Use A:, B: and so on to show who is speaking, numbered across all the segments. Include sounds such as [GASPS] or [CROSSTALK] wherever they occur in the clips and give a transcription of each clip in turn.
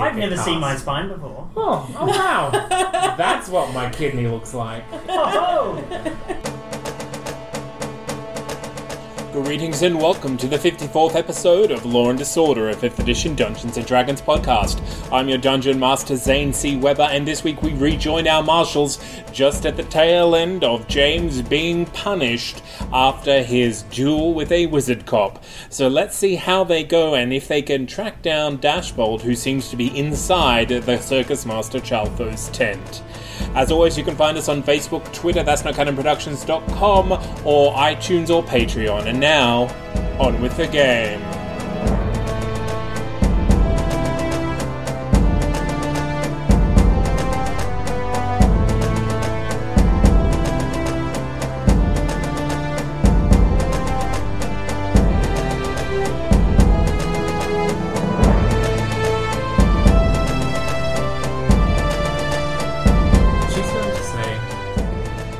A: I've never seen my spine before.
B: Oh, [LAUGHS] oh wow. [LAUGHS] That's what my kidney looks like. Greetings and welcome to the 54th episode of Law and Disorder, a 5th edition Dungeons and Dragons podcast. I'm your dungeon master, Zane C. Weber, and this week we rejoin our marshals just at the tail end of James being punished after his duel with a wizard cop. So let's see how they go and if they can track down Dashbold, who seems to be inside the circus master Chalfo's tent. As always, you can find us on Facebook, Twitter, that's not canonproductions.com, or iTunes or Patreon. And now, on with the game. She's going to say,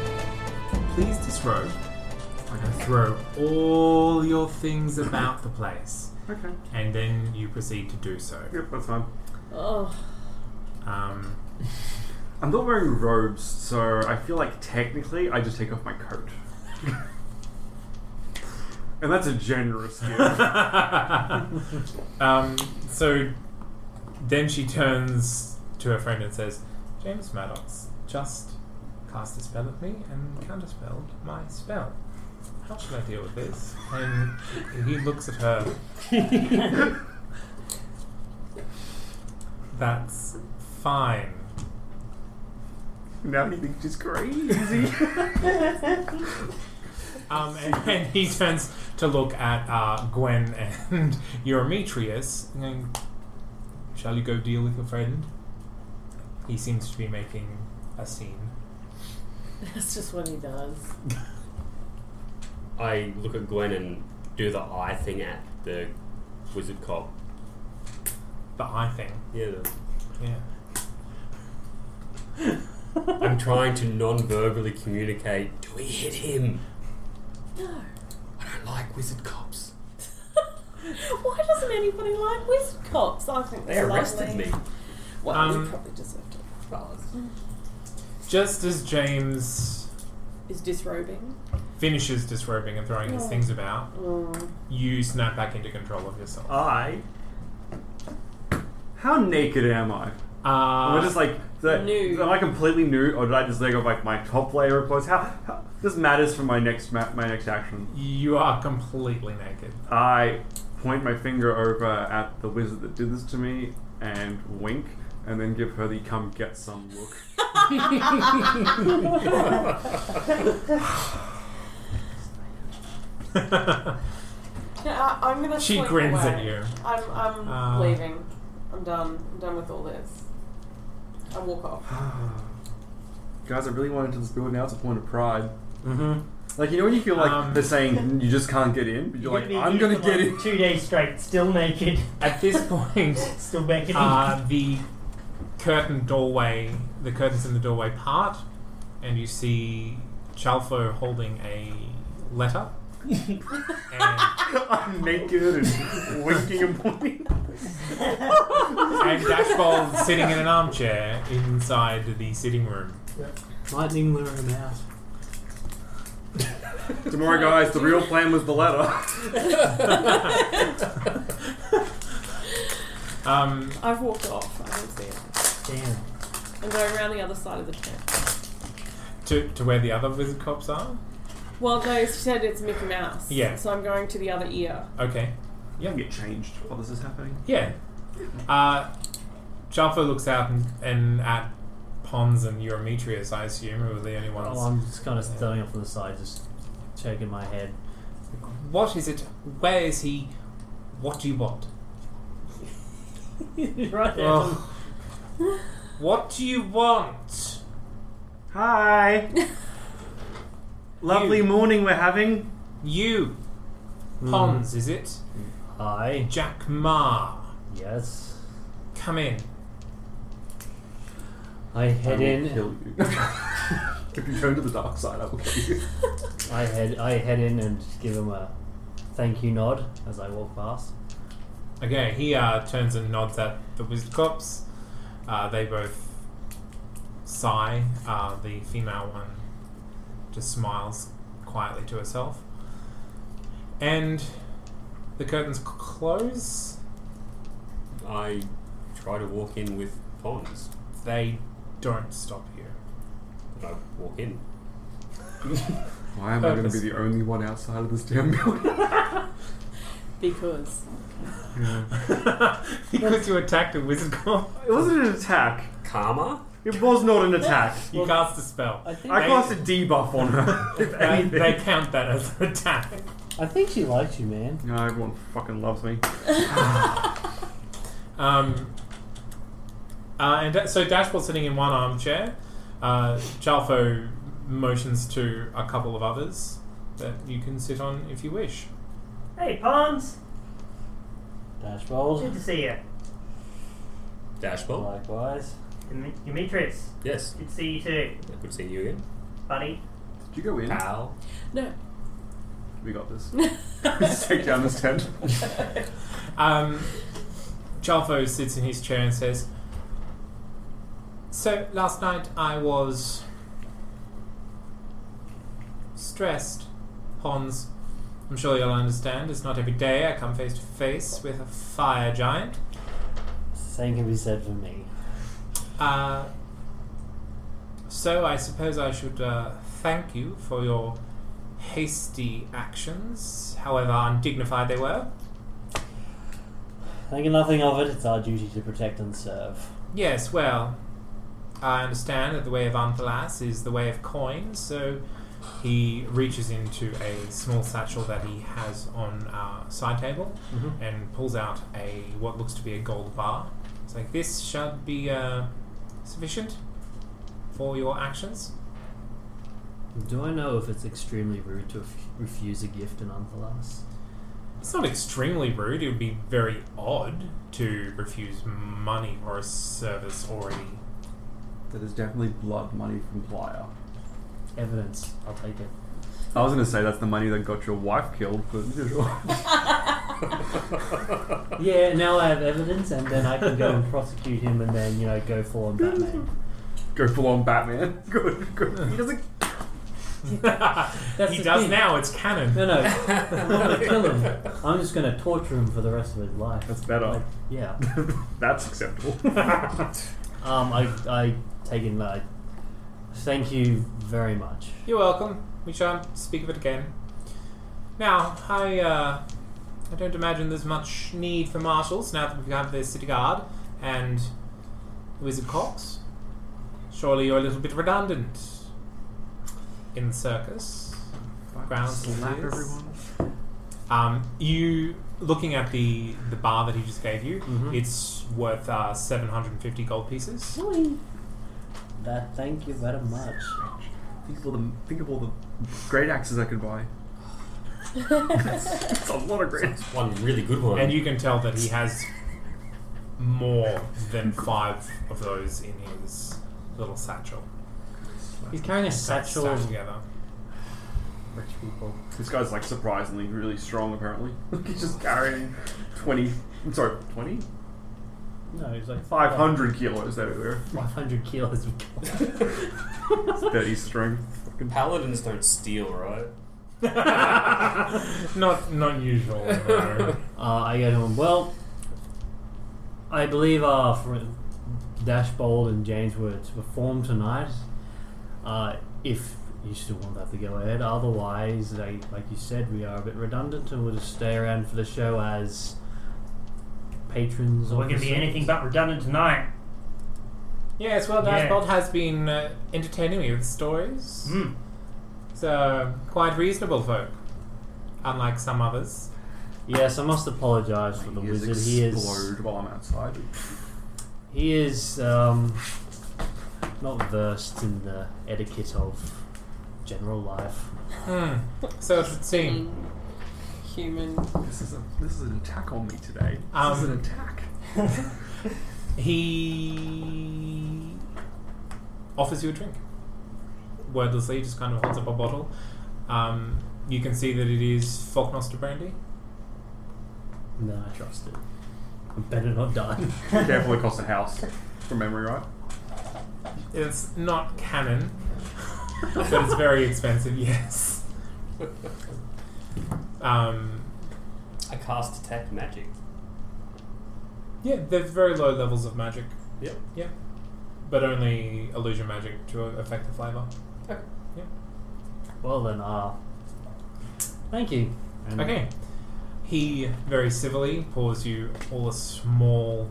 B: please disrobe. I'm going to throw all your things about the place.
C: Okay.
B: And then you proceed to do so.
C: Yep, that's fine.
B: Um,
C: I'm not wearing robes, so I feel like technically I just take off my coat. [LAUGHS] and that's a generous gift.
B: [LAUGHS] um, so then she turns to her friend and says, James Maddox just cast a spell at me and counterspelled my spell. How should I deal with this? And he looks at her. That's fine.
C: now he thinks it's crazy.
B: Um, and, and he turns to look at uh, Gwen and [LAUGHS] Eurimetrius. And, Shall you go deal with your friend? He seems to be making a scene.
D: That's just what he does.
E: I look at Gwen and do the eye thing at the wizard cop.
B: The eye thing.
E: Yeah, the-
B: Yeah.
E: I'm trying to non-verbally communicate. Do we hit him?
D: No.
E: I don't like wizard cops.
D: [LAUGHS] Why doesn't anybody like wizard cops? I think
E: They
D: they're
E: arrested
D: lovely.
E: me.
D: Well,
B: Um,
D: you probably deserved it.
E: Fellas.
B: Just as James
D: Is disrobing?
B: finishes disrobing and throwing his things about, you snap back into control of yourself.
C: I. How naked am I? Am I
B: Uh,
C: just like. the-
D: Nude.
C: Am I completely nude, or did I just let go of like my top layer of clothes? How, how this matters for my next ma- my next action.
B: you are completely naked.
C: I point my finger over at the wizard that did this to me and wink, and then give her the come get some look.
D: Yeah, I, am gonna.
B: She
D: slink
B: grins
D: away.
B: at you.
D: I'm. I'm
B: Uh,
D: leaving. I'm done. I'm done with all this. I walk off.
C: Guys, I really wanted to this building now. It's a point of pride. Mm-hmm. Like, you know when you feel like
B: Um,
C: they're saying you just can't get in? But you're like, I'm going to get in.
A: Two days straight, still naked,
B: At this point,
A: still beckoning.
B: uh, the curtain doorway, the curtains in the doorway part, and you see Chalfo holding a letter. and,
C: [LAUGHS] I'm naked and winking and pointing.
B: and Dashbold sitting in an armchair inside the sitting room.
F: Lightning luring him out.
C: Tomorrow, guys, the real plan was the [LAUGHS] letter.
B: Um,
D: I've walked off. I don't see it.
F: Damn.
D: I'm going around the other side of the tent.
B: to, to where the other wizard cops are?
D: Well, no, she said it's Mickey Mouse.
B: Yeah.
D: So I'm going to the other ear.
B: Okay.
C: You can get changed while this is happening.
B: Yeah. Uh, Jaffa looks out and, and at Pons and Eurometrius, I assume, who are the only ones.
D: Oh, I'm just kind of standing off on the side, just shaking my head.
B: What is it? Where is he? What do you want?
D: right there.
B: Oh. what do you want?
G: Hi. Lovely morning we're having.
B: You.
G: Hmm.
B: Pons, is it?
D: Hi.
B: Jack Ma.
D: Yes.
B: Come in.
D: I head
C: I will
D: in.
C: kill you. if you turn to the dark side, I will kill you.
D: I head I head in and give him a thank you nod as I walk past.
B: Okay, he uh, turns and nods at the wizard cops. Uh, they both sigh. Uh, the female one just smiles quietly to herself. And the curtains c- close.
H: I try to walk in with Pons.
B: They don't stop you. [LAUGHS]
H: I walk in.
C: Why am I going to be the only one outside of this damn building?
I: Because.
B: because you attacked a wizard cop.
G: It
B: [LAUGHS]
G: wasn't an attack.
H: Karma?
G: It was not an attack.
B: You cast a spell.
D: I think
G: I cast a debuff on her. if
B: They,
G: anything.
B: they count that as an attack.
D: I think she likes you, man.
C: No, everyone fucking loves me.
B: Um, uh, and da- so Dashboard's sitting in one armchair. Uh, Jalfo motions to a couple of others that you can sit on if you wish.
J: Hey, Pons! Good
D: Dashbold.
J: to see you.
H: Dashball?
D: Likewise.
J: Dem- Demetrius,
H: Yes.
J: good to see you too,
H: Good seeing you again.
J: buddy.
C: Did you go in?
B: Ah.
H: Pal.
I: No.
C: We got
B: [LAUGHS]
C: this. Let's take down this tent.
B: Um, Jalfo sits in his chair and says, So last night I was stressed, Pons. I'm sure you'll understand. It's not every day I come face to face with a fire giant.
D: Same can be said for me.
B: Uh, so I suppose I should uh, thank you for your hasty actions, however undignified they were.
D: Thinking nothing of it, it's our duty to protect and serve.
B: Yes, well, I understand that the way of Amphalas is the way of coin, so he reaches into a small satchel that he has on our side table
D: Mm-hmm.
B: and pulls out a what looks to be a gold bar. It's like this shall be uh, sufficient for your actions.
D: Do I know if it's extremely rude to f- refuse a gift in Unthalas?
B: It's not extremely rude. It would be very odd to refuse money or a service already.
C: That is definitely blood money from Plyer.
D: Evidence. I'll take it.
C: I was going to say that's the money that got your wife killed, but [LAUGHS]
D: [LAUGHS] Yeah, now I have evidence, and then I can go and prosecute him, and then you know go full on Batman.
C: go full on Batman. [LAUGHS] Good, good. He doesn't.
D: That's
B: he
D: the
B: does
D: thing.
B: now. It's canon.
D: No, no, I'm not gonna kill him. I'm just gonna torture him for the rest of his life.
C: That's better.
D: Yeah.
C: [LAUGHS] That's
D: [LAUGHS]
C: acceptable.
D: Um, I, I take in I Thank you very much.
B: You're welcome. We shan't speak of it again. Now, I, uh, I don't imagine there's much need for marshals now that we have the city guard and the wizard cops. Surely you're a little bit redundant in the circus. Grounds
C: Slap
B: it is.
C: everyone.
B: Um, you looking at the the bar that he just gave you? It's worth uh, seven hundred and fifty gold pieces.
D: That, thank you very much.
C: Think of all the think of all the great axes I could [LAUGHS] buy. it's a lot of great.
H: One really good one.
B: And you can tell that he has more than five of those in his little satchel.
D: He's carrying a satchel
B: Stacked
D: of
B: together.
D: rich people.
C: This guy's like surprisingly really strong. Apparently, [LAUGHS] he's just carrying twenty. I'm sorry, twenty.
D: No, he's like
B: [LAUGHS]
C: Five hundred kilos. There we were.
D: Five hundred kilos. of
C: [LAUGHS]
D: gold.
C: Thirty string.
H: Paladins don't steal, right?
B: Not not usual. no.
D: Uh, I go to him. Well, I believe our friend Dashbold and James were to perform tonight. Uh, if
K: you still want that to go ahead. Otherwise, like, like you said, we are a bit redundant and we'll just stay around for the show as patrons.
L: We're
K: of
L: going to
K: the
L: be
K: service.
L: anything but redundant tonight.
B: Yes, well, Dice
L: Yeah.
B: Bolt has been uh, entertaining me with stories.
L: Mm.
B: So, quite reasonable folk, unlike some others.
K: Yes, I must apologise for the
B: He has
K: wizard. He is.
B: exploded
C: while I'm outside.
K: He is um, not versed in the etiquette of general life.
B: Hmm. So it would seem.
G: Human.
C: This is a this is an attack on me today. This is an
B: Um,
C: attack.
B: [LAUGHS] He offers you a drink. Wordlessly, just kind of holds up a bottle. Um, you can see that it is Falknoster brandy.
K: No, I trust it. I better not die.
C: Carefully across the house, from memory, right?
B: It's not canon, but it's very expensive. [LAUGHS] Yes. Um,
D: I cast detect magic.
B: yeah, they're very low levels of magic.
D: Yep.
B: Yep. But only illusion magic to affect the flavour.
K: Well then, ah, thank you. And
B: Okay. He very civilly pours you all a small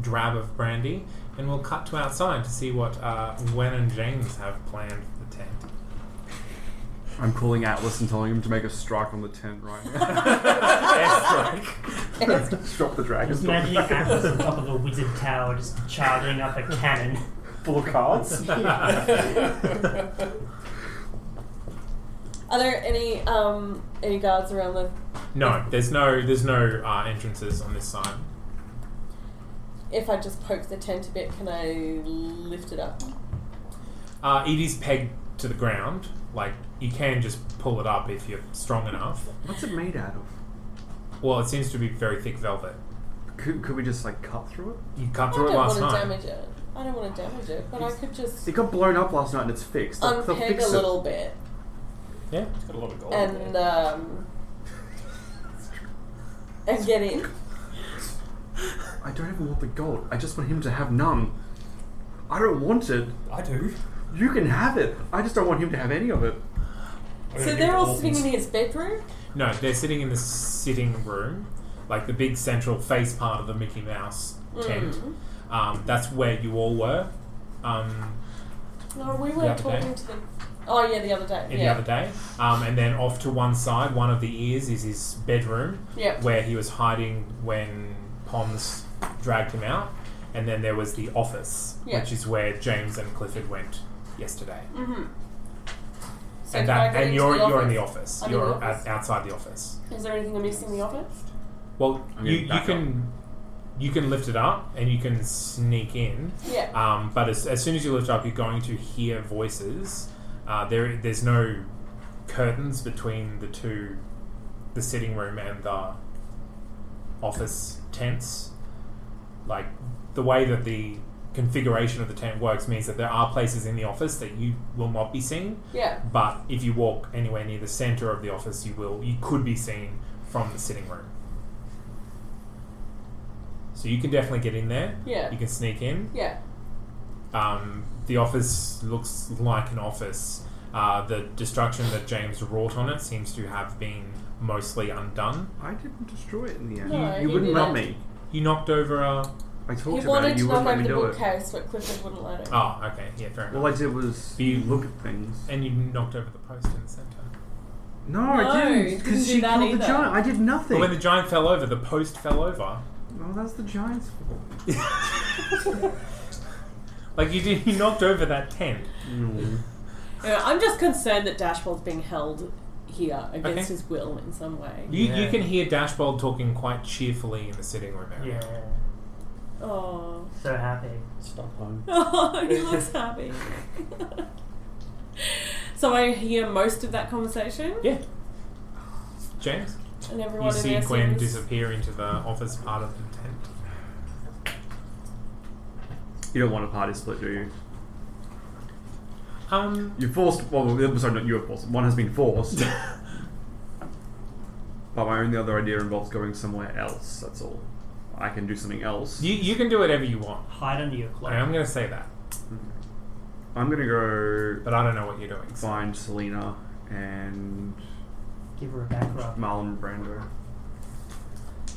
B: drab of brandy, and we'll cut to outside to see what uh, Wen and James have planned for the tent.
C: I'm calling Atlas and telling him to make a strike on the tent right [LAUGHS]
B: now.
C: Air [LAUGHS] strike. Drop the dragon.
L: Just
C: drop the
L: imagining
C: dragon.
L: Atlas on top of a wizard tower just charging up a cannon.
C: Full of cards.
G: Are there any um any guards around the
B: No, there's no there's no uh, entrances on this side.
G: If I just poke the tent a bit, can I lift it up?
B: Uh, it is pegged to the ground. Like you can just pull it up if you're strong enough.
C: What's it made out of?
B: Well, it seems to be very thick velvet.
C: Could, could we just like cut through it?
B: You cut
G: I
B: through it
G: don't
B: last
G: want to
B: night.
G: damage it. I don't want to damage it, but I could just
C: It got blown up last night and it's fixed. They'll- they'll
G: unpeg
C: fix
G: a
C: it.
G: little bit
B: Yeah.
D: It's got a lot of gold. in
G: and
D: it.
G: um and get in.
C: I don't even want the gold. I just want him to have none. I don't want it.
D: I do.
C: You can have it. I just don't want him to have any of it.
G: So they're all sitting in his bedroom.
B: No, they're sitting in the sitting room, like the big central face part of the Mickey Mouse tent.
G: Mm.
B: Um, that's where you all were um,
G: No, we
B: The
G: were
B: other day?
G: talking to them. Oh yeah, the other day.
B: in
G: yeah.
B: the other day. Um, and then off to one side, one of the ears is his bedroom,
G: Yep.
B: where he was hiding when Poms dragged him out. And then there was the office,
G: Yeah.
B: which is where James and Clifford went yesterday.
G: Mm-hmm. So
B: and
G: can I
B: that,
G: go
B: and
G: into
B: you're,
G: the
B: you're in the
G: office?
B: office.
G: I'm in the
B: you're
G: office.
B: Out, outside the office.
G: Is there anything I'm missing in the office?
B: Well,
C: I'm
B: you,
C: gonna
B: you
C: back up.
B: can you can lift it up and you can sneak in.
G: Yeah.
B: Um, but as, as soon as you lift up, you're going to hear voices. Uh, there there's no curtains between the two, the sitting room and the office tents. Like the way that the configuration of the tent works means that there are places in the office that you will not be seen.
G: Yeah.
B: But if you walk anywhere near the center of the office, you will you could be seen from the sitting room. So you can definitely get in there.
G: Yeah.
B: You can sneak in.
G: Yeah.
B: Um, the office looks like an office. Uh, the destruction that James wrought on it seems to have been mostly undone.
C: I didn't destroy it in the end.
G: No,
C: you
G: he
C: wouldn't let
G: didn't.
C: me.
B: You knocked over a.
C: I
G: He
C: talked about
G: wanted
C: it. You
G: to knock
C: wouldn't let
G: over
C: me
G: the
C: do it.
G: bookcase, but Clifford wouldn't let him.
B: Oh, okay. Yeah, fair enough.
C: All I did was
B: You-
C: look at things.
B: and you knocked over the post in the centre.
C: No,
G: No,
C: I didn't.
G: you
C: Because
G: didn't
C: she
G: do that
C: killed the
G: either.
C: giant. I did
B: But
C: nothing.
B: when the giant fell over, the post fell over.
C: well, that's the giant's fault.
B: Like you did, you knocked over that tent.
G: Yeah, I'm just concerned that Dashbold's being held here against
B: Okay.
G: his will in some way.
B: You, you
M: Yeah.
B: can hear Dashbold talking quite cheerfully in the sitting room area.
L: Yeah.
G: Oh,
L: So happy.
K: Stockholm.
G: [LAUGHS] oh he looks happy. [LAUGHS] so I hear most of that conversation,
B: Yeah. James,
G: and everyone in
B: you see
G: there
B: Gwen
G: seems-
B: disappear into the office part of the tent.
C: You don't want a party split, do you?
B: Um,
C: You forced. Well, I'm sorry, not you were forced. One has been [LAUGHS] forced. but my only other idea involves going somewhere else. That's all. I can do something else.
B: you, you can do whatever you want.
L: Hide under your
B: I
L: cloak.
B: am going to say that.
C: I'm gonna go.
B: But I don't know what you're doing.
C: Find Selena and
N: Give her a back rub.
C: Marlon Brando.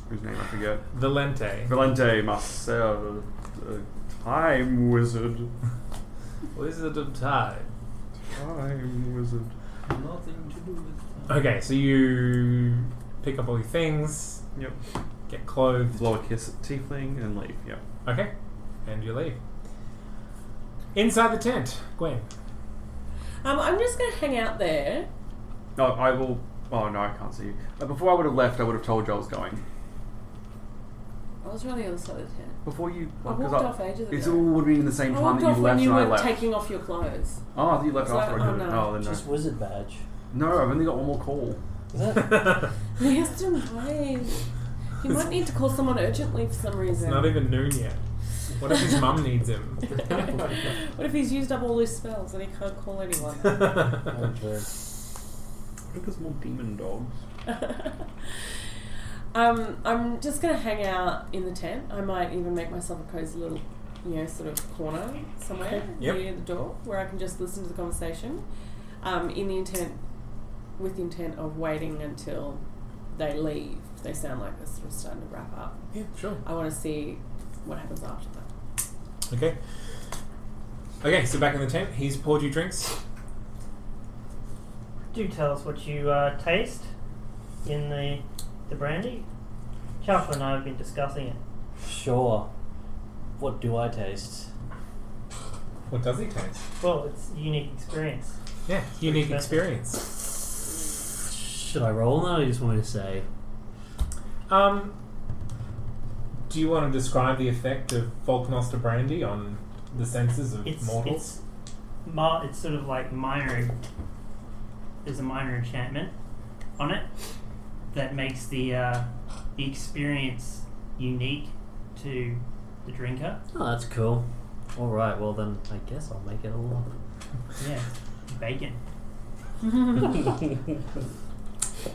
C: Whose name I forget.
B: Valente.
C: Valente Marcel, uh, time wizard.
B: Wizard of Time.
C: Time wizard.
N: Nothing to do with that.
B: Okay, so you pick up all your things.
C: Yep.
B: Get clothed.
C: Blow a kiss at Tiefling and leave. Yep.
B: Okay, and you leave. Inside the tent, Gwen.
G: Um, I'm just gonna hang out there.
C: No, I will. Oh no, I can't see you. Uh, before I would have left, I would have told you I was going.
G: I was really on the side of the tent.
C: Before you,
B: Oh,
G: I walked
C: 'cause
G: off ages
C: It's
G: ago.
C: all would have been the same
G: I
C: time
G: walked
C: that you
G: off
C: left
G: when you
C: and I
G: were
C: left.
G: taking off your clothes.
C: oh, I thought you left
G: It's like,
C: after I
G: oh,
C: could.
G: no.
C: Oh, then no.
D: Just wizard badge.
C: No, I've only got one more call.
G: [LAUGHS] He has to hide. He might need to call someone urgently for some
B: It's
G: reason.
B: not even noon yet. What if his mum needs him? [LAUGHS]
G: what if he's used up all his spells and he can't call anyone?
C: What if there's more demon dogs?
G: um, I'm just gonna hang out in the tent. I might even make myself a cozy little, you know, sort of corner somewhere
B: Yep.
G: near the door where I can just listen to the conversation. Um, in the intent, with the intent of waiting until they leave. They sound like they're sort of starting to wrap up.
B: Yeah, sure.
G: I want to see what happens after that.
B: Okay. Okay, so back in the tent, he's poured you drinks.
O: Do tell us what you uh, taste in the the brandy. Charles and I have been discussing it.
D: Sure. What do I taste?
B: What does he taste?
O: Well, it's a unique experience.
B: Yeah, [LAUGHS] unique experience.
D: Should I roll now? or You just want me to say.
B: Um, do you want to describe the effect of Volknoster brandy on the senses of
O: It's
B: mortals?
O: it's mar- it's sort of like minor. There's a minor enchantment on it that makes the uh, the experience unique to the drinker.
D: Oh, that's cool. All right. Well, then I guess I'll make it all up.
O: Yeah, bacon.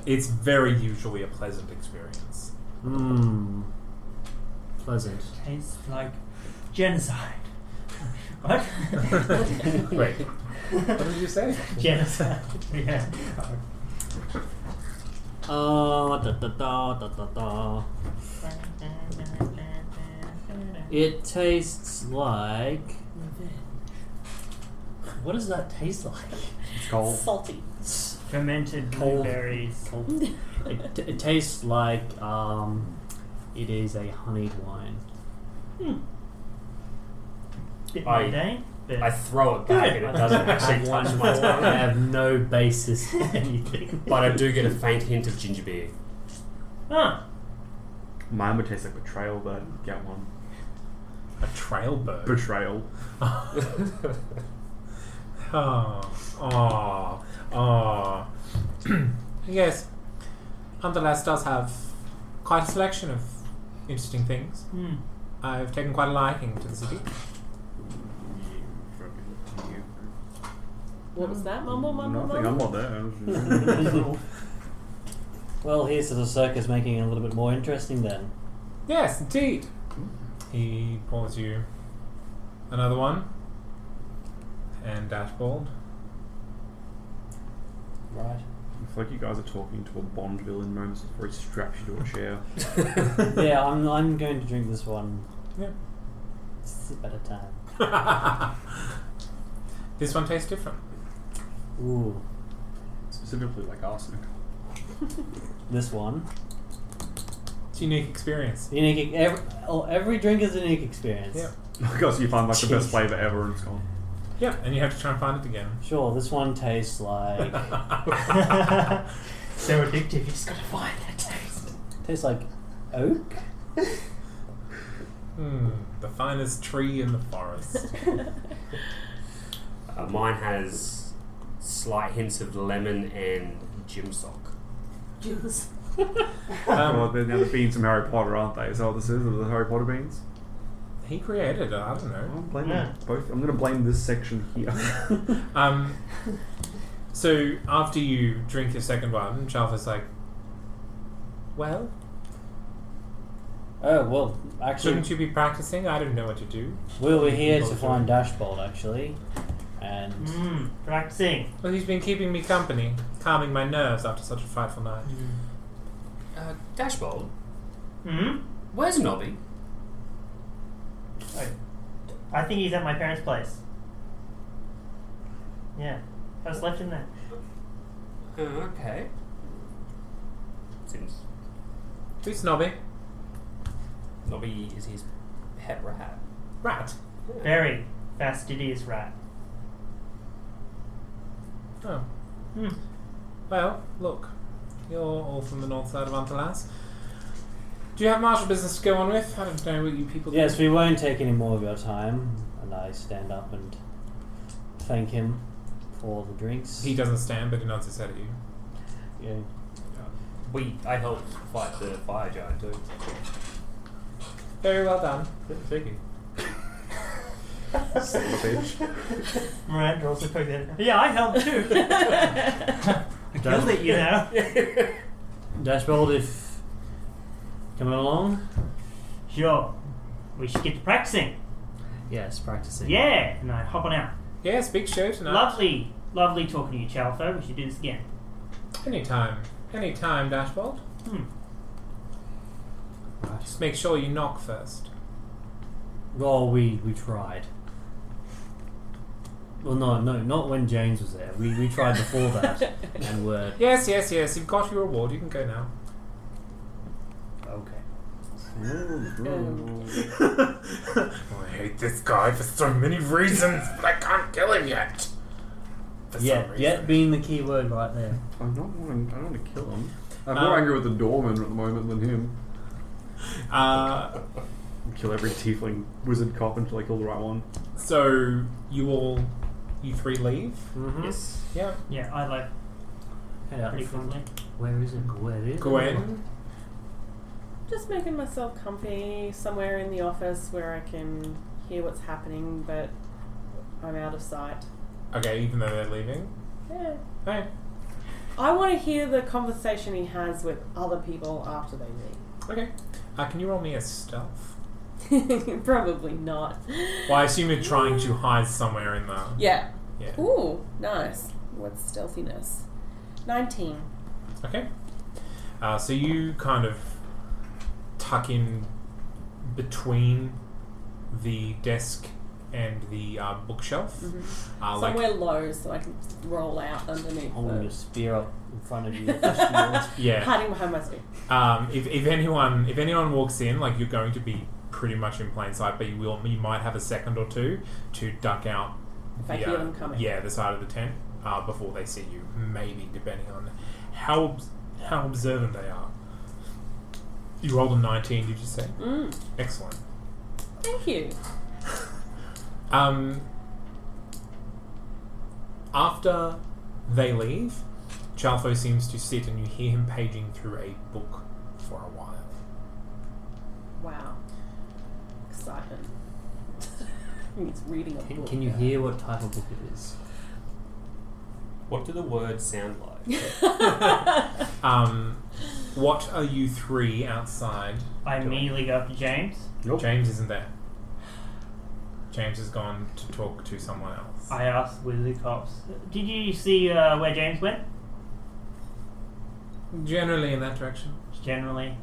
B: It's very usually a pleasant experience.
D: Mmm. Pleasant.
O: Tastes like genocide. what?
B: Wait, what did you say?
O: Genocide. [LAUGHS] Yeah.
D: Oh, da da da da da da. It tastes like. What does that taste like?
C: It's cold.
G: Salty.
D: It's
O: Fermented
D: cold.
O: blueberries.
D: cold. It, it tastes like um, it is a honeyed wine.
O: Hmm. Bit
P: I-
O: mundane,
N: eh?
O: but
P: I throw it back and it
N: [LAUGHS]
P: doesn't actually
D: I
P: touch
D: have
P: my
D: one- I
P: tongue.
D: have no basis
O: [LAUGHS]
D: in anything.
P: But I do get a faint hint of ginger beer.
O: Ah,
C: Mine would taste like betrayal, but I didn't get one.
B: A trail bird.
C: Betrayal.
B: [LAUGHS] Oh, oh, oh. [CLEARS THROAT] yes, Underlass does have quite a selection of interesting things.
O: Hmm.
B: I've taken quite a liking to the city.
G: What was that? Mumble, mumble,
C: Nothing, I'm
G: mumble.
C: not there. [LAUGHS]
D: Well, here's to the circus making it a little bit more interesting then.
B: Yes, indeed. He pours you another one and dashboard.
D: Right.
C: it's like you guys are talking to a Bond villain moments before he straps you to a chair.
D: [LAUGHS] yeah, I'm, I'm going to drink this one.
B: Yeah.
D: It's a better time.
B: This one tastes different.
D: Ooh,
C: Specifically like arsenic. [LAUGHS]
D: this one.
B: It's a unique experience.
D: Unique. Every, oh, every drink is a unique experience.
B: Yeah.
C: Because you find like the best
D: Jeez.
C: flavour ever and it's gone.
B: Yeah, and you have to try and find it again.
D: Sure, this one
P: [LAUGHS]
D: tastes like.
O: so
D: [LAUGHS]
O: addictive. You just gotta find that taste.
D: tastes like oak?
B: Hmm, the finest tree in the forest.
P: Uh, mine has slight hints of lemon and gym sock.
G: Juice.
E: Um,
C: well, they're now the beans from Harry Potter, aren't they? Is that what this is? Are the Harry Potter beans?
B: he created it, I don't know.
C: I'm blaming
O: Yeah.
C: both. I'm going to blame this section here.
B: Um, so after you drink your second one, Jarvis like, well,
D: Oh, well, actually,
B: shouldn't you be practicing? I don't know what to do.
D: we were here to find Dashbold, actually.
Q: and
D: Mm, practicing.
B: Well, he's been keeping me company, calming my nerves after such a frightful night.
E: Uh, Dashbold.
D: Hmm?
E: Where's Nobby?
D: I, I think he's at my parents' place. Yeah, I was left him there.
E: Uh, okay. Seems
B: Who's Snobby?
E: Nobby is his pet rat.
B: Rat.
D: Very fastidious rat.
B: Oh.
D: Hmm.
B: Well, look, you're all from the north side of Antalas. Do you have martial business to go on with? I don't know what you people
Q: yes,
B: do.
Q: we won't take any more of your time. And I stand up and thank him for the drinks.
B: He doesn't stand, but he nods his head at you.
Q: Yeah.
E: We, I helped fight the fire giant too.
B: Very well done.
E: Thank you.
D: Miranda also poked in. Yeah, I
E: [LAUGHS]
D: helped too. I killed it, you know.
Q: [LAUGHS] Dashbold, if coming along,
D: Sure. We should get to practicing.
Q: yes, practicing.
D: Yeah, and I hop on out.
B: Yes, big show tonight.
D: Lovely, lovely talking to you, Chalfo. We should do this again.
B: Anytime. Anytime, Dashbold.
D: Hmm.
B: Just make sure you knock first.
Q: Well, we we tried. Well, no, no, not when James was there. We we tried before that, and were
B: Yes, yes, yes. You've got your reward. You can go now.
Q: okay.
B: I hate this guy for so many reasons, but I can't kill him yet. For some
Q: Yet, yet being the key word right there.
R: I don't want to. I don't want to kill him. I'm
B: Um,
R: more angry with the doorman at the moment than him.
B: Uh,
R: Kill every tiefling wizard cop until I kill the right one.
B: so you all, you three leave.
Q: Mm-hmm.
E: Yes.
B: Yeah.
D: Yeah, I like
Q: Head out
D: pretty
Q: the front.
D: quickly.
Q: Where is it? Where is it?
B: Gwen.
G: Just making myself comfy somewhere in the office where I can hear what's happening, but I'm out of sight.
B: Okay, even though they're leaving.
G: Yeah.
B: Hey.
G: I want to hear the conversation he has with other people after they
B: Okay. Uh, can you roll me a stealth?
G: leave. [LAUGHS] Probably not.
B: Well, I assume you're trying to hide somewhere in the.
G: Yeah.
B: Yeah.
G: Ooh, nice. What's stealthiness? 19.
B: Okay. Uh, so you kind of tuck in between the desk and the uh, bookshelf. Uh, like
G: Somewhere low so I can roll out underneath.
Q: Holding
G: the-
Q: your spear up in front
G: [LAUGHS]
Q: of you. Dashbold.
B: yeah.
G: Hiding behind my spear.
B: Um, if, if anyone if anyone walks in, like you're going to be pretty much in plain sight, but you will you might have a second or two to duck out.
G: If I hear them coming.
B: Yeah, the side of the tent uh, before they see you. Maybe depending on how obs- how observant they are. You rolled a nineteen, did you say?
G: Mm,
B: Excellent.
G: thank you.
B: [LAUGHS] Um, after they leave, Charfo seems to sit, and you hear him paging through a book for a while.
G: Wow. Excitement. He's reading a
Q: Can,
G: book.
Q: can you hear what type of book it is?
E: What do the words sound like?
B: Um, what are you three outside?
D: I
B: doing?
D: immediately go up to James.
B: James isn't there. James has gone to talk to someone else.
D: I asked with the cops, "Did you see uh, where James went?"
B: Generally in that direction.
D: Generally,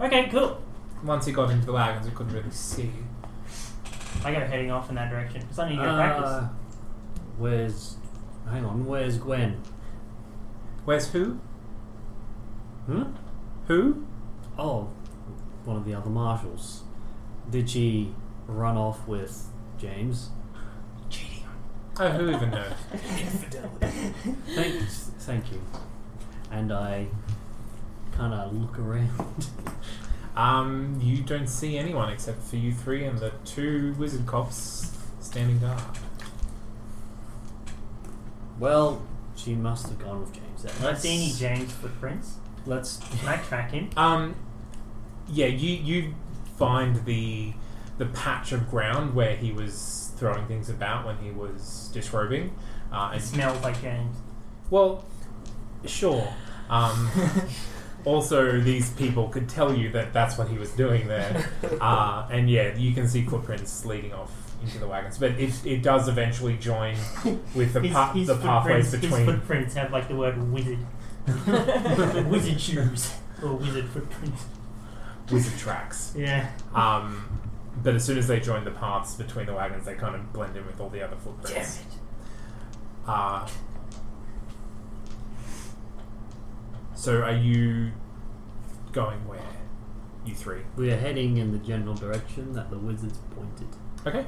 D: okay, cool.
B: Once he got into the wagons, we couldn't really see.
D: I go heading off in that direction because I need to go
Q: Uh,
D: practice.
Q: where's? Hang on. Where's Gwen?
B: Where's who?
Q: Hmm.
B: Who?
Q: Oh, one of the other marshals. Did she run off with James?
B: Oh, who even knows?
Q: Thank, thank you. And I kind of look around.
B: Um, you don't see anyone except for you three and the two wizard cops standing guard.
Q: Well, she must have gone with James. Then.
D: I don't see any James footprints.
Q: Let's.
D: Can I track him?
B: Um, yeah, you you find the the patch of ground where he was throwing things about when he was disrobing. Uh,
D: It
B: and
D: smells like James. [LAUGHS]
B: Well, sure. Um, also, these people could tell you that that's what he was doing
D: [LAUGHS]
B: there. Uh, and yeah, you can see footprints leading off into the wagons. But it, it does eventually
D: [LAUGHS]
B: join with the,
D: his,
B: pa-
D: his
B: the pathways
D: footprints, His
B: between.
D: footprints have like the word
S: [LAUGHS]
D: wizard. wizard shoes. Or wizard footprints.
B: wizard tracks.
D: Yeah.
B: Um, but as soon as they join the paths between the wagons, they kind of blend in with all the other footprints. Uh, so are you going where? You three.
S: We are heading in the general direction that the wizards pointed.
B: Okay.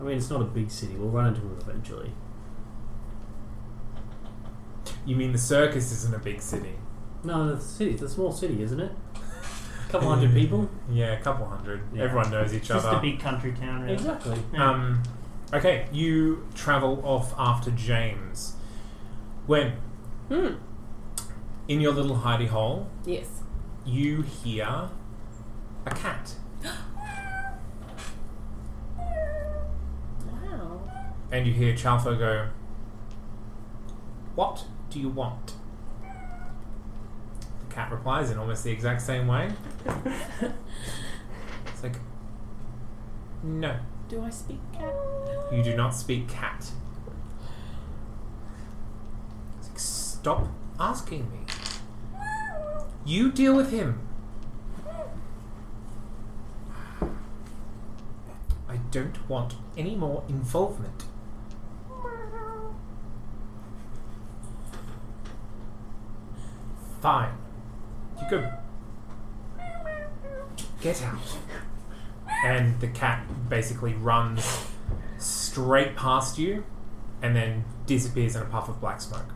S: I mean, it's not a big city. We'll run into them eventually.
B: You mean the circus isn't a big city?
S: No, the city. It's a small city, isn't it? A couple hundred people.
B: Yeah, a couple hundred.
S: Yeah.
B: Everyone knows each
D: Just
B: other.
D: a big country town, really.
S: Exactly.
B: Um, okay, you travel off after James. When
G: Hmm.
B: in your little hidey hole,
G: Yes.
B: you hear a cat,
G: Wow.
B: and you hear Chalfo go, "What do you want?" The cat replies in almost the exact same way.
G: [LAUGHS]
B: It's like, "No,
G: Do I speak cat?
B: you do not speak cat." It's like, Stop asking me. You deal with him. I don't want any more involvement. Fine. You go. Get out. And the cat basically runs straight past you and then disappears in a puff of black smoke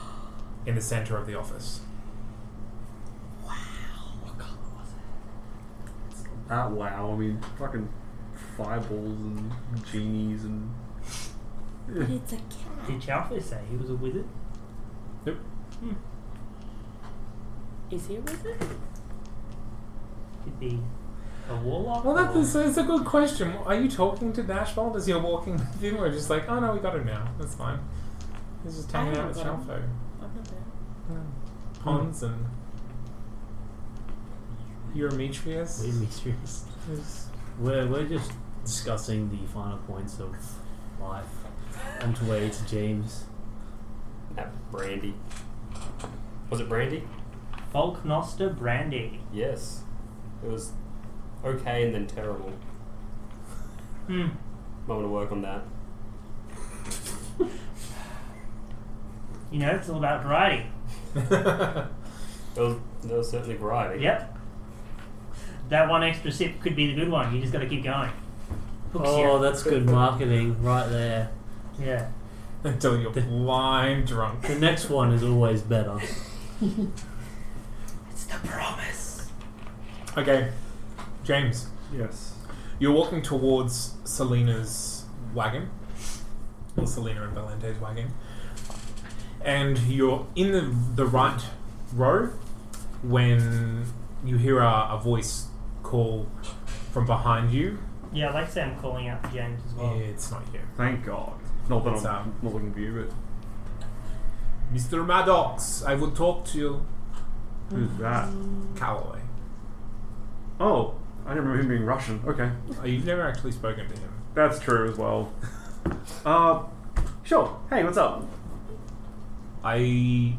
B: [GASPS] in the center of the office.
C: Ah, wow. I mean, fucking fireballs and genies and.
G: But it's a cat.
D: Did Chalfo say he was a wizard?
B: Nope.
G: Is he a wizard?
D: Could be a warlock.
B: Well, that
D: or-
B: is, that's a good question. Are you talking to Nashvold as you're walking with him, or just like, oh no, we got him now. That's fine. He's just
G: I
B: hanging out
G: haven't
B: with
G: got him.
B: Shalfo.
G: I'm not there.
B: Pons and Eurometrius.
S: We're mysterious.
B: Yes.
S: We're, we're just discussing the final points of life on the way to James.
T: That brandy. Was it brandy?
D: Volknoster brandy.
T: Yes. It was okay and then terrible.
D: Hmm.
T: Might want to work on that.
D: You know, it's all about variety.
T: There was, there was certainly variety.
D: Yep. That one extra sip could be the good one. You just got to keep going. Hooks
S: Oh,
D: you.
S: that's good marketing right there.
D: Yeah.
B: Until you're blind drunk.
S: The next one is always better.
D: [LAUGHS] It's the promise.
B: Okay, James.
C: Yes.
B: You're walking towards Selena's wagon, or Selena and Valente's wagon, and you're in the, the right row when you hear a, a voice call from behind you.
D: Yeah, I like to say I'm calling out for James as well.
B: It's not you.
C: Thank God. Not that
B: It's,
C: I'm
B: um,
C: not looking for you, but
B: Mr. Maddox, I would talk to you.
C: who's that?
B: Calloway.
C: Oh, I didn't remember him being Russian. Okay,
B: Oh, you've never actually spoken to him.
C: that's true
T: [LAUGHS]
C: as well. Uh, sure. Hey, what's up?
B: I. He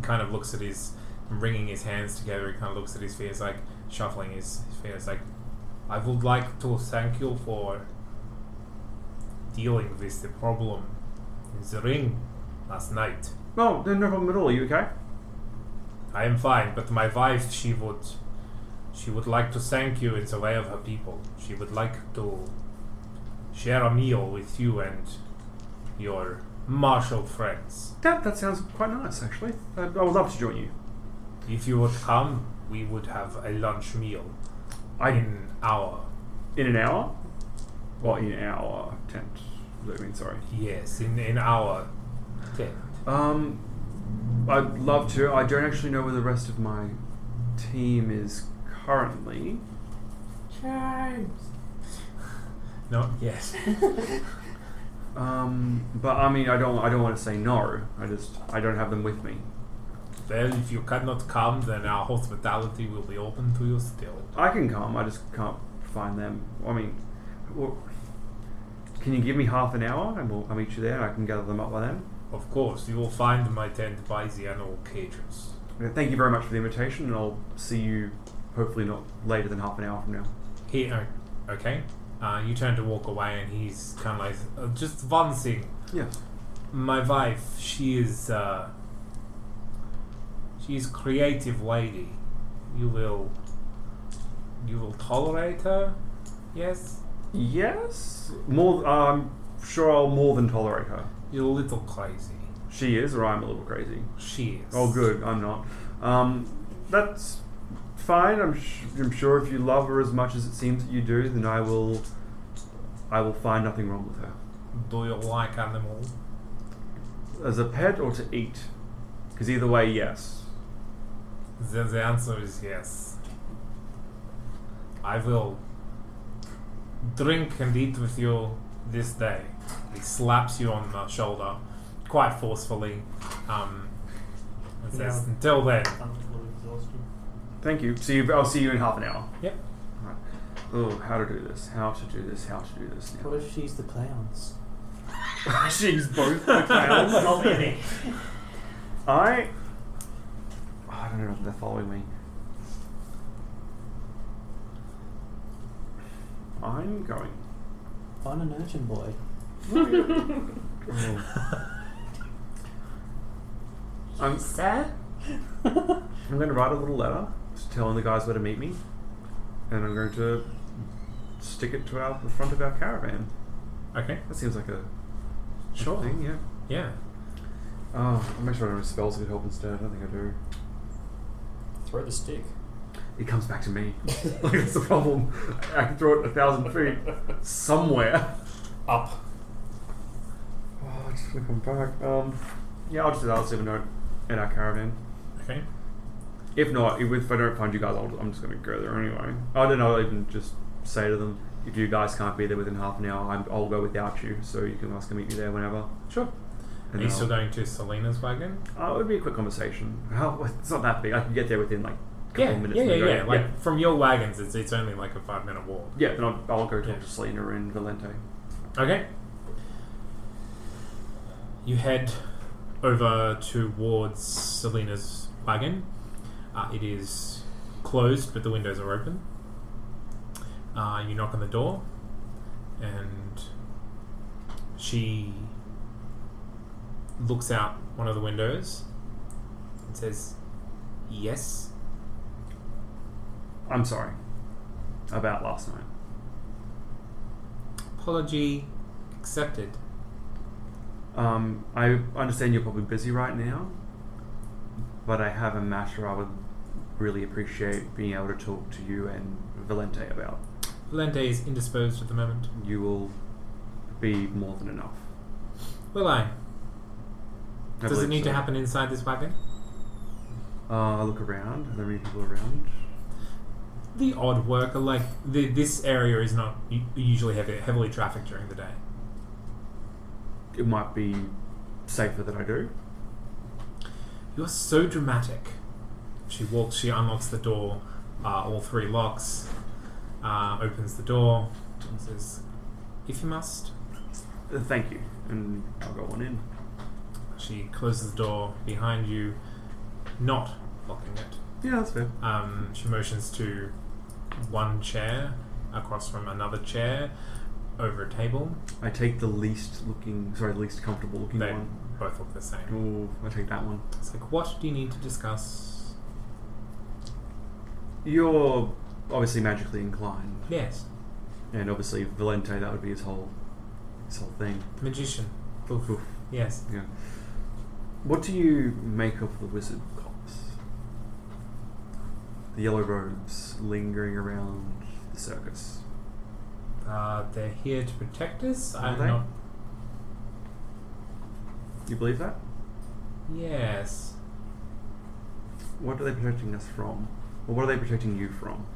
B: kind of looks at his. wringing his hands together, he kind of looks at his fears, like shuffling his, his fears, like, I would like to thank you for dealing with the problem in the ring last night.
C: No, no no problem at all. Are you okay?
B: I am fine, but my wife, she would. She would like to thank you in the way of her people. She would like to share a meal with you and your martial friends.
C: That that sounds quite nice, actually. I, I would love to join you.
B: If you would come, we would have a lunch meal
C: I
B: in our
C: in an hour. Well, in our tent. Is that what you mean? Sorry.
B: yes, in in our tent.
C: Um, I'd love to. I don't actually know where the rest of my team is currently.
G: James.
B: No, yes.
C: Um, but I mean, I don't. I don't want to say no. I just. I don't have them with me.
B: Well, if you cannot come, then our hospitality will be open to you still.
C: I can come. I just can't find them. I mean, well, can you give me half an hour and we'll, I'll meet you there and I can gather them up by then?
B: Of course, you will find my tent by the animal cages.
C: Okay, Thank you very much for the invitation, and I'll see you hopefully not later than half an hour from now.
B: He, oh, okay. Uh, you turn to walk away, and he's kind of like, uh, just one thing.
C: Yeah.
B: My wife, she is, uh, she's creative lady. You will, you will tolerate her. Yes.
C: Yes? More, I'm sure I'll more than tolerate her.
B: You're a little crazy.
C: She is, or I'm a little crazy.
B: She is.
C: Oh, good. I'm not. Um, that's fine. I'm, sh- I'm sure if you love her as much as it seems that you do, then I will. I will find nothing wrong with her.
B: Do you like animals?
C: As a pet or to eat? Because either way, yes.
B: The, the answer is yes. I will drink and eat with you this day. He slaps you on the shoulder quite forcefully. Um, and says,
C: Yeah.
B: Until then.
C: Thank you. See you. I'll see you in half an hour.
B: Yep.
C: Alright. Oh, how to do this? How to do this? How to do this? Now.
U: What if she's the clowns?
C: [LAUGHS] She's both the
U: [LAUGHS]
C: clowns.
U: Not really.
C: I. I don't know if they're following me. I'm going.
U: Find an urchin boy.
C: I'm sad. I'm going to write a little letter just telling the guys where to meet me, and I'm going to stick it to our the front of our caravan.
B: Okay.
C: That seems like a
B: Sure.
C: thing, yeah.
B: Yeah.
C: Oh, I'll make sure I don't have spells that could help instead. I don't think I do.
E: Throw the stick.
C: It comes back to me. like, that's the problem. I can throw it a thousand feet somewhere.
E: Up.
C: Oh, it's gonna come back. Um, yeah, I'll just do that. I'll save a note in our caravan.
B: Okay.
C: If not, if, if I don't find you guys, I'll, I'm just gonna go there anyway. I don't know. I'll even just say to them, if you guys can't be there within half an hour, I'm, I'll go without you. So you can ask to meet me there whenever.
B: Sure.
C: And
B: Are you still
C: I'll-
B: going to Selena's wagon?
C: Oh, it would be a quick conversation. Well, [LAUGHS] it's not that big. I can get there within like a couple
B: Yeah,
C: of minutes.
B: yeah,
C: and
B: yeah,
C: go,
B: yeah. Like from your wagons, it's it's only like a five minute walk.
C: Yeah, then I'll, I'll go talk to Selena and Valente.
B: Okay. You head over towards Selena's wagon. Uh, it is closed, but the windows are open. Uh, you knock on the door, and she looks out one of the windows and says, Yes.
C: I'm sorry about last night.
B: Apology accepted.
C: Um, I understand you're probably busy right now, but I have a matter I would really appreciate being able to talk to you and Valente about.
B: Valente is indisposed at the moment.
C: You will be more than enough.
B: Will I?
C: I
B: Does it
C: believe
B: need
C: so.
B: to happen inside this wagon?
C: Uh, I look around. Are there many people around?
B: The odd worker, like the, this area, is not u- usually heavy, heavily trafficked during the day.
C: It might be safer that I do.
B: You're so dramatic. She walks. She unlocks the door. Uh, all three locks. Uh, opens the door and says, "If you must."
C: Uh, Thank you, and I'll go on in.
B: She closes the door behind you, not locking it.
C: Yeah, that's fair.
B: Um, she motions to one chair across from another chair over a table.
C: I take the least looking, sorry, the least comfortable looking
B: They
C: one.
B: both look the same.
C: Oh, I take that one.
B: It's like, what do you need to discuss?
C: You're obviously magically inclined,
B: Yes,
C: and obviously Valente. That would be his whole, his whole thing.
B: magician. Oof.
C: Oof.
B: Yes.
C: Yeah. What do you make of the wizard cops? The yellow robes lingering around the circus.
B: Uh, they're here to protect us. I'm
C: they?
B: not.
C: You believe that?
B: Yes.
C: What are they protecting us from? Or what are they protecting you from?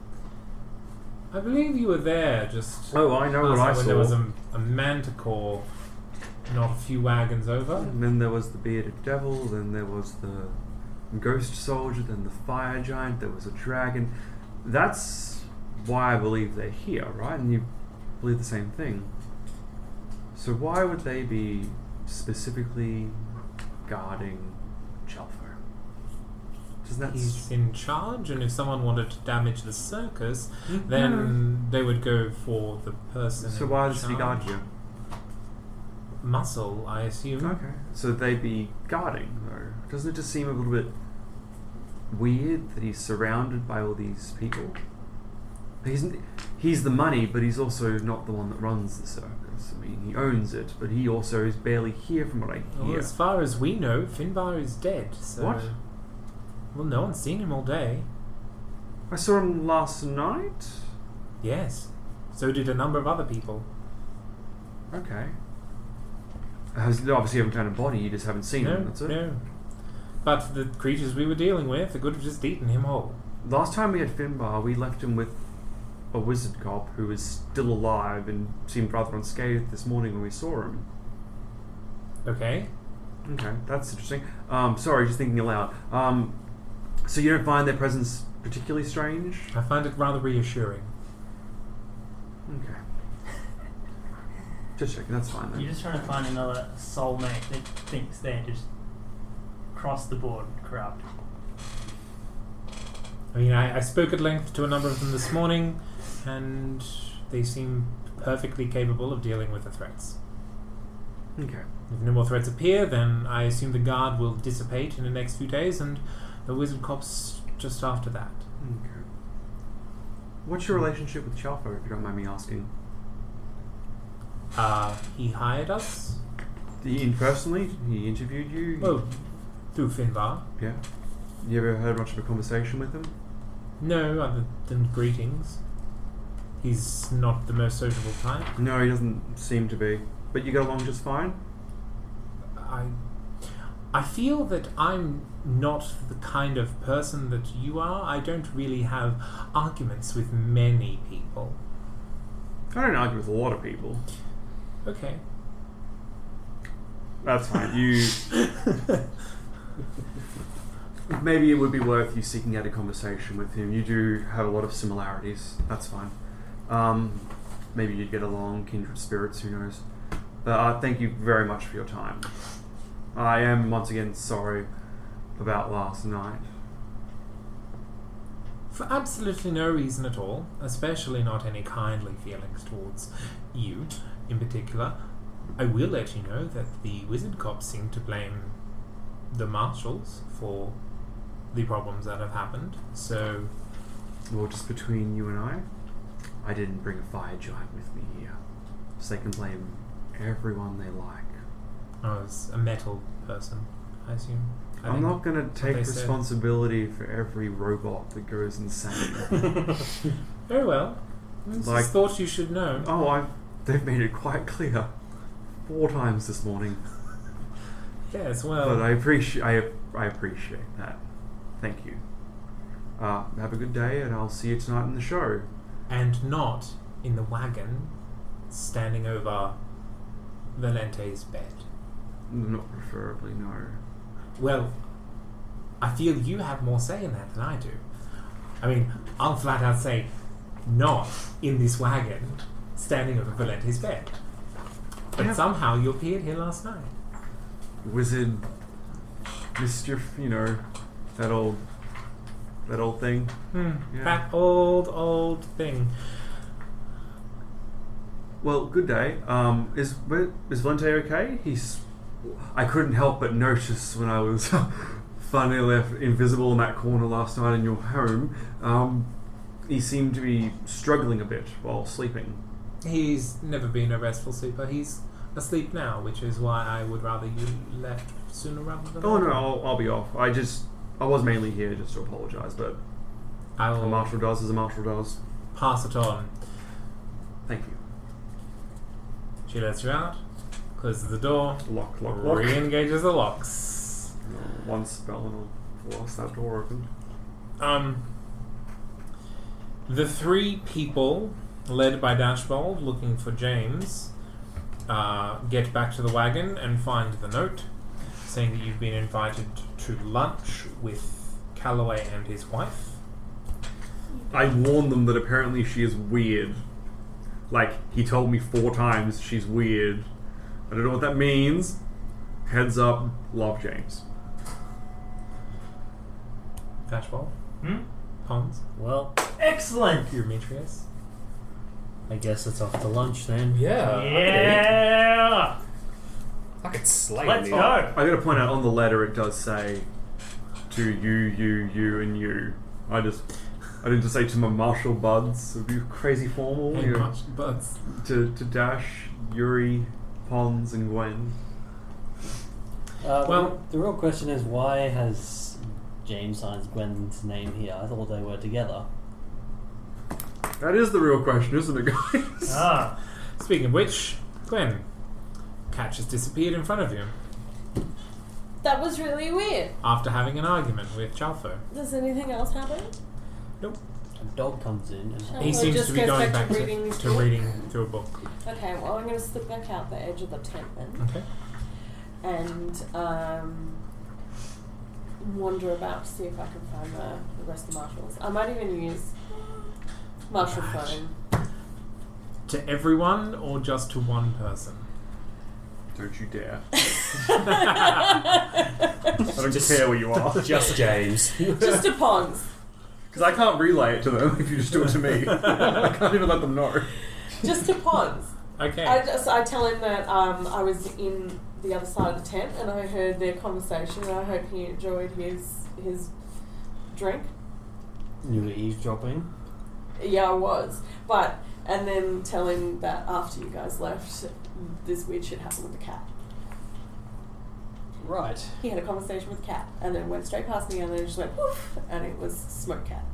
B: I believe you were there just.
C: Oh, I know what
B: last
C: I
B: night when There was
C: saw.
B: a, a manticore not a few wagons over.
C: Hmm. And then there was the bearded devil, then there was the ghost soldier, then the fire giant, there was a dragon. That's why I believe they're here, right? And you believe the same thing. So why would they be specifically guarding Chalfo?
B: Doesn't that He's s- in charge, and if someone wanted to damage the circus, then they would go for the person.
C: Hmm. So
B: in
C: why does he guard
B: charge.
C: you?
B: Muscle, I assume.
C: Okay. So they'd be guarding, though. Doesn't it just seem a little bit weird that he's surrounded by all these people? He's, he's the money, but he's also not the one that runs the circus. I mean, he owns it, but he also is barely here from what I
B: Well,
C: hear.
B: as far as we know, Finbar is dead. So
C: What?
B: Well, no one's seen him all day.
C: I saw him last night.
B: Yes. So did a number of other people.
C: Okay. Has- they obviously haven't found a body, you just haven't seen
B: no,
C: him, that's it?
B: no. But the creatures we were dealing with, it could have just eaten him whole.
C: Last time we had Finbar, we left him with a wizard cop who was still alive and seemed rather unscathed this morning when we saw him.
B: Okay.
C: Okay, that's interesting. Um, sorry, just thinking aloud. Um, so you don't find their presence particularly strange?
B: I find it rather reassuring.
C: Okay. Just checking, that's fine then.
D: You're just trying to find another soulmate that thinks they're just cross the board corrupt.
B: I mean, I, I spoke at length to a number of them this morning, and they seem perfectly capable of dealing with the threats.
C: Okay.
B: If no more threats appear, then I assume the guard will dissipate in the next few days, and the wizard cops just after that.
C: Okay. What's your relationship with Chalfo, if you don't mind me asking?
B: Uh, he hired us.
C: He in personally? He interviewed you?
B: Well, through Finbar.
C: Yeah. You ever heard much of a conversation with him?
B: No, other than greetings. He's not the most sociable type.
C: No, he doesn't seem to be. But you got along just fine?
B: I, I feel that I'm not the kind of person that you are. I don't really have arguments with many people.
C: I don't argue with a lot of people.
B: Okay.
C: That's fine. You. [LAUGHS] Maybe it would be worth you seeking out a conversation with him. You do have a lot of similarities. That's fine. Um, maybe you'd get along, kindred spirits, who knows. But uh, thank you very much for your time. I am once again sorry about last night.
B: For absolutely no reason at all, especially not any kindly feelings towards you in particular, I will let you know that the wizard cops seem to blame the marshals for the problems that have happened. So,
C: Well, just between you and I, I didn't bring a fire giant with me here. So they can blame everyone they like.
B: I was a metal person, I assume. I
C: I'm
B: think
C: not going
B: what
C: to take
B: they said.
C: responsibility for every robot that goes insane. [LAUGHS]
B: Very well. It's
C: Like-
B: just thought you should know.
C: oh, I they've made it quite clear four times this morning.
B: Yes, well.
C: but I appreciate I, I appreciate that. Thank you. Uh, have a good day, and I'll see you tonight in the show.
B: and not in the wagon standing over Valente's bed.
C: Not preferably, no.
B: Well, I feel you have more say in that than I do. I mean, I'll flat out say, not in this wagon standing over Valente's bed. But
C: Yeah.
B: somehow you appeared here last night.
C: Wizard, mischief, you know, that old, that old thing.
B: Hmm,
C: Yeah.
B: That old, old thing.
C: Well, good day. Um, is where- is Valente okay? He's. I couldn't help but notice when I was [LAUGHS] finally left invisible in that corner last night in your home. Um, he seemed to be struggling a bit while sleeping.
B: He's never been a restful sleeper. He's asleep now, which is why I would rather you left sooner rather than
C: Oh no,
B: later.
C: I'll, I'll be off. I just I was mainly here just to apologise, but
B: I
C: a
B: will
C: marshal does as a marshal does.
B: pass it on.
C: Thank you.
B: She lets you out, closes the door,
C: Lock, lock, lock.
B: re-engages the locks.
C: One spell and I'll lost that door open.
B: Um, the three people, led by Dashbold, looking for James, uh, get back to the wagon and find the note saying that you've been invited to to lunch with Calloway and his wife.
C: I warned them that apparently she is weird. Like, he told me four times she's weird. I don't know what that means. Heads up, love James.
B: Fastball.
V: Hmm?
B: Pons.
G: Well,
V: Excellent!
B: Demetrius.
G: I guess it's off to lunch then.
B: Yeah.
V: Yeah!
W: I could slay
V: Let's
W: me.
V: go!
C: I gotta point out on the letter it does say to you, you, you, and you. I just. I didn't just say to my martial buds. It'd be crazy formal.
B: Hey,
C: you know,
B: Marsh Buds.
C: to, to Dash, Yuri, Pons, and Gwen.
G: Uh,
B: Well-
G: well, the real question is why has James signed Gwen's name here? I thought they were together.
C: That is the real question, isn't it, guys?
V: Ah,
B: [LAUGHS] Speaking of which, Gwen, Catch has disappeared in front of you
D: That was really weird.
B: after having an argument with Chalfo.
D: Does anything else happen?
B: Nope.
G: A dog comes in and
D: Shall
B: He
D: we
B: seems
D: just
B: to be
D: go
B: going back
D: back to
B: to,
D: reading this
B: to
D: book?
B: reading through a book.
D: Okay, well, I'm going to slip back out the edge of the tent then
B: Okay.
D: and um, wander about to see if I can find the, the rest of the marshals. I might even use marshal
B: Right.
D: phone.
B: To everyone or just to one person?
C: Don't you
G: [LAUGHS]
C: dare.
D: just
C: I don't care where you are.
W: Just James.
D: to pawns.
C: Because I can't relay it to them [LAUGHS] if you just do it to
B: [LAUGHS]
C: me. I can't even let them know.
D: Just to pawns.
B: Okay.
D: I just I tell him that um, I was in the other side of the tent and I heard their conversation and I hope he enjoyed his his drink.
G: you were eavesdropping.
D: Yeah, I was. But and then tell him that after you guys left, this weird shit happened with the cat.
G: Right.
D: He had a conversation with cat and then went straight past me and then just went poof and it was smoke cat.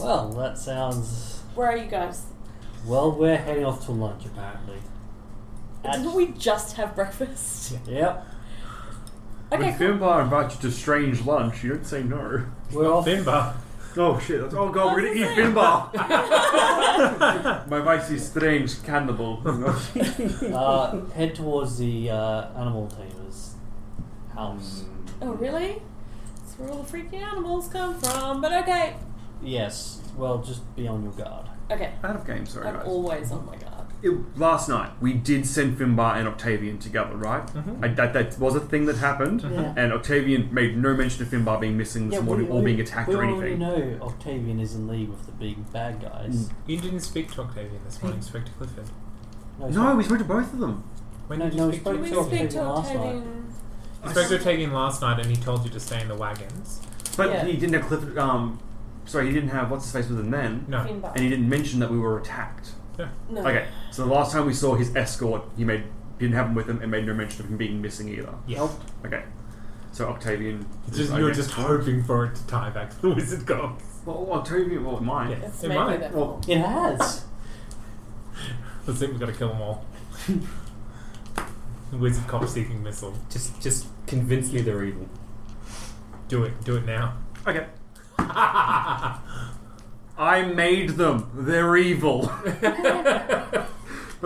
G: Well, that sounds.
D: Where are you guys?
G: Well, we're heading off to lunch apparently. At-
D: Didn't we just have breakfast?
G: [LAUGHS] Yep.
D: Okay,
C: when
D: cool.
C: Finbar invites you to strange lunch, you don't say no.
G: We're off.
B: Finbar.
C: Oh shit, that's, oh god, we're gonna eat
B: [LAUGHS]
C: Finbar! My wife is
B: [LAUGHS]
C: strange cannibal.
G: Uh, head towards the uh, animal tamer's house.
D: Oh really? That's where all the freaking animals come from. But okay.
G: Yes. Well, just be on your guard.
D: Okay.
C: Out of game, sorry
D: I'm
C: guys.
D: always
G: oh
D: on my guard.
C: It- last night, we did send Finbar and Octavian together, right?
B: Mm-hmm.
C: I, that, that was a thing that happened,
G: Yeah.
C: and Octavian made no mention of Finbar being missing this morning or being attacked
G: we
C: or
G: already
C: anything.
G: know Octavian is in league with the big bad guys.
C: Hmm.
B: You didn't speak to Octavian this morning, you spoke to Clifford.
G: it's
C: No,
G: not-
C: we spoke to both of them.
B: When
G: No,
B: did you
G: no,
B: speak
G: we
B: to
D: Did we
G: Talk to
D: speak to
G: him last
D: Octavian?
B: You spoke to Octavian last night and he told you to stay in the wagons.
C: But
D: Yeah.
C: he didn't have Clifford, um, sorry, he didn't have what's his face with him then,
B: No.
D: Finbar.
C: and he didn't mention that we were attacked.
B: Yeah.
D: No.
C: Okay, so the last time we saw his escort, he made didn't have him with him and made no mention of him being missing either.
B: Yes.
C: Okay, so Octavian.
B: It's just-
C: I
B: you're
C: guess-
B: just hoping for it to tie back to the Wizard Gods.
C: well, Octavian. Well, mine.
B: Yeah.
D: It's
B: It
D: maybe
B: might.
D: that
C: Well,
G: It
B: [LAUGHS]
G: has.
B: Let's think we've got to kill them all. [LAUGHS] The Wizard Cop Seeking Missile.
W: Just, just convince me they're evil.
B: Do it. Do it now.
C: [LAUGHS] Okay. I made them. They're evil. [LAUGHS] but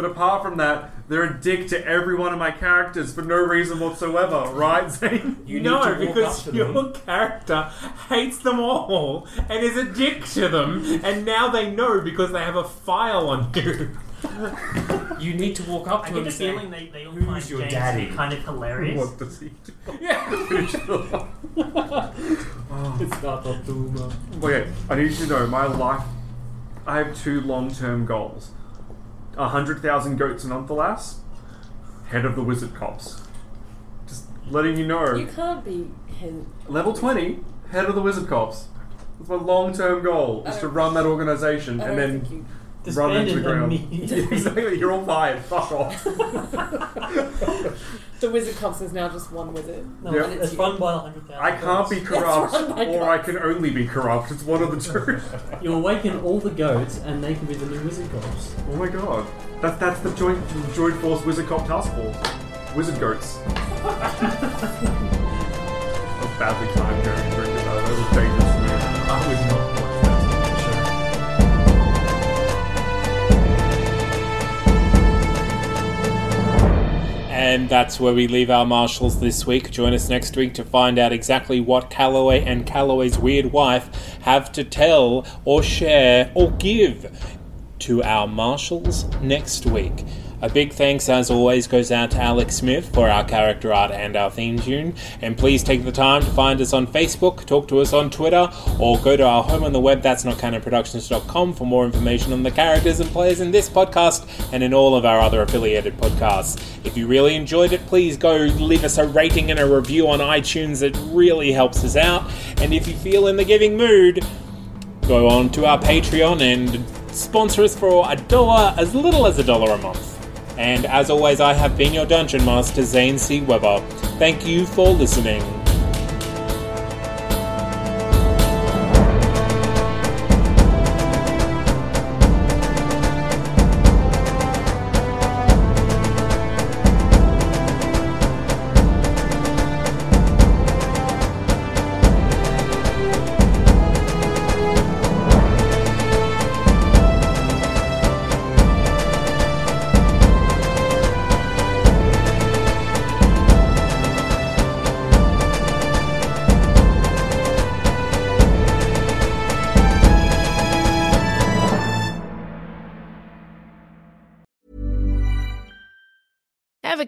C: apart from that, they're a dick to every one of my characters for no reason whatsoever, right, Zane?
W: You
B: no,
W: need to walk
B: because
W: up to
B: your
W: them.
B: character hates them all and is a dick to them, and now they know because they have a file on you.
W: [LAUGHS] You need to walk up
V: I
W: to
V: get the
W: them and say,
V: feeling they, they all
W: "Who's
V: find
W: your
V: James
W: daddy?"
V: kind of hilarious.
C: What does he do?
G: [LAUGHS] It's not a tumor.
C: Okay, I need you to know my life. I have two long term goals 100,000 goats in Unthalas, head of the wizard cops. Just letting you know.
D: You can't be him.
C: Level 20, head of the wizard cops. That's my long term goal, is to run that organization
D: I
C: and
D: don't
C: then
D: think Oh. you.
C: run into
G: Disbanded
C: the ground.
G: immediately.
C: Yeah, [LAUGHS] exactly, you're all fired. Fuck off.
D: The wizard cops is now just one wizard.
G: No,
C: Yeah.
G: it's run by 100,000.
C: I can't be corrupt,
D: That's right, oh I
C: or I can only be corrupt. It's one of the two. [LAUGHS]
G: You awaken all the goats and they can be the new wizard gods.
C: Oh my god. That, that's the joint, joint force wizard cop task force. Wizard goats. [LAUGHS] a badly timed joke. drink it, though. That was dangerous.
B: I would not watch that.
X: And
B: And that's where we leave our marshals this week. Join us next week to find out exactly what Calloway and Calloway's weird wife have to tell, or share, or give to our marshals next week. A big thanks, as always, goes out to Alex Smith for our character art and our theme tune. And please take the time to find us on Facebook, talk to us on Twitter, or go to our home on the web, that's not canonproductions.com, for more information on the characters and players in this podcast and in all of our other affiliated podcasts. If you really enjoyed it, please go leave us a rating and a review on iTunes. It really helps us out. And if you feel in the giving mood, go on to our Patreon and sponsor us for a dollar, as little as a dollar a month. And as always, I have been your Dungeon Master, Zane C. Weber. Thank you for listening.
D: Ever